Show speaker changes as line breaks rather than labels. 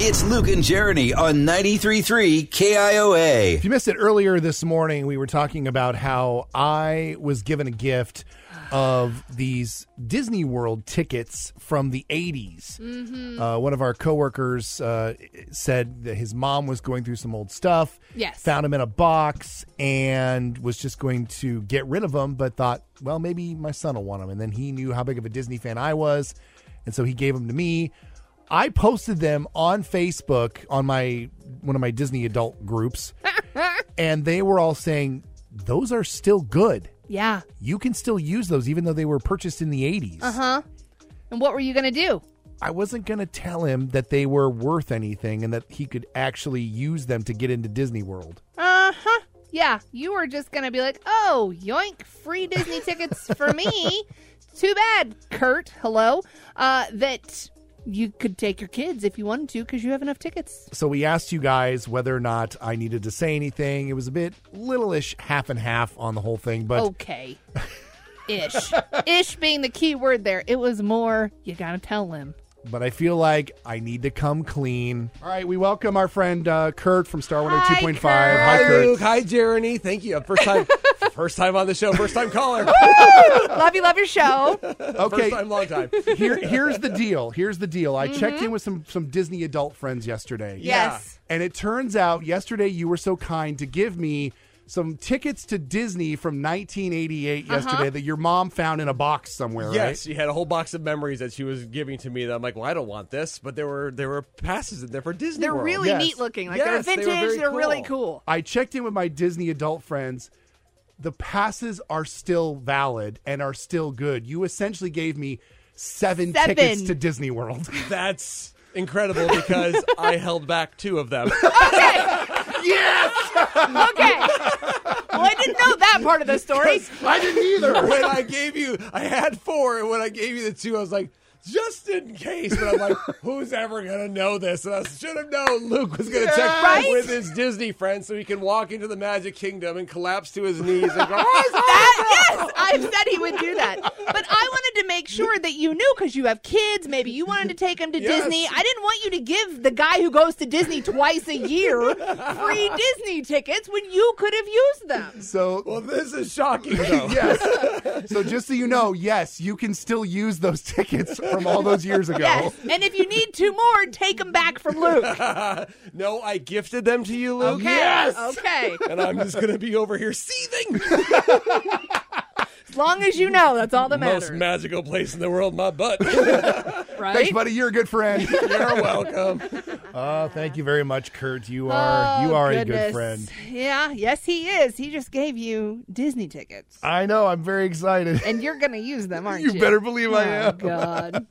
It's Luke and Jeremy on 93.3 KIOA.
If you missed it earlier this morning, we were talking about how I was given a gift of these Disney World tickets from the 80s. Uh, one of our coworkers uh, said that his mom was going through some old stuff.
Yes.
Found them in a box and was just going to get rid of them, but thought, well, maybe my son will want them. And then he knew how big of a Disney fan I was. And so he gave them to me. I posted them on Facebook on my one of my Disney adult groups, and they were all saying those are still good.
Yeah.
You can still use those, even though they were purchased in the 80s.
Uh huh. And what were you gonna do?
I wasn't going to tell him that they were worth anything and that he could actually use them to get into Disney World.
Uh
Uh-huh.
huh. Yeah. You were just gonna be like, oh, yoink, free Disney tickets for me. Too bad, Kurt. Hello. Uh, that you could take your kids if you wanted to because you have enough tickets.
So we asked you guys whether or not I needed to say anything. It was a bit littleish, half and half on the whole thing, but
Okay. Ish. Ish being the key word there. It was more, you gotta tell him.
but I feel like I need to come clean. All right, we welcome our friend uh, Kurt from Star 102.5.
Hi,
Hi, Kurt.
Luke. Hi, Jeremy. Thank you. First time, first time on the show. First time caller.
Love you, love your show.
Okay.
First time, long time.
Here, here's the deal. Here's the deal. I checked in with some some Disney adult friends yesterday.
Mm-hmm. Yes.
And it turns out yesterday you were so kind to give me some tickets to Disney from 1988
Uh-huh.
yesterday that your mom found in a box somewhere,
Yes, she had a whole box of memories that she was giving to me. That I'm like, well, I don't want this, but there were there were passes in there for Disney.
They're
World.
really
Yes.
neat looking. Like
Yes, they
they're
were
vintage. They
very
are really
cool.
cool.
right? I checked in with my Disney adult friends. The passes are still valid and are still good. You essentially gave me seven,
Seven.
tickets to Disney World.
That's incredible because I held back two of them.
Okay.
Well, I didn't know that part of the story.
I didn't either.
when I gave you, I had four, and when I gave you the two, I was like. Just in case, but I'm like, who's ever gonna know this? And I should have known Luke was gonna check back
Right?
with his Disney friend so he can walk into the Magic Kingdom and collapse to his knees and go,
that yes i said he would do that but i wanted to make sure that you knew because you have kids maybe you wanted to take them to
Yes.
disney i didn't want you to give the guy who goes to disney twice a year free disney tickets when you could have used them
So
Well, this is shocking, though.
yes. So just so you know, yes, you can still use those tickets from all those years ago.
yes and if you need two more take them back from luke
no, I gifted them to you, Luke.
Um,
okay
Yes!
okay
And I'm just going to be over here seething.
as long as you know that's all that matters
Most magical place in the world, my butt.
right
Thanks, buddy. You're a good friend.
You're welcome.
Oh, thank you very much, Kurt. You
Oh, goodness. yeah yes he is he just gave you disney tickets
I know. I'm very excited.
and you're gonna use them aren't you
You better believe I
Oh,
am.
god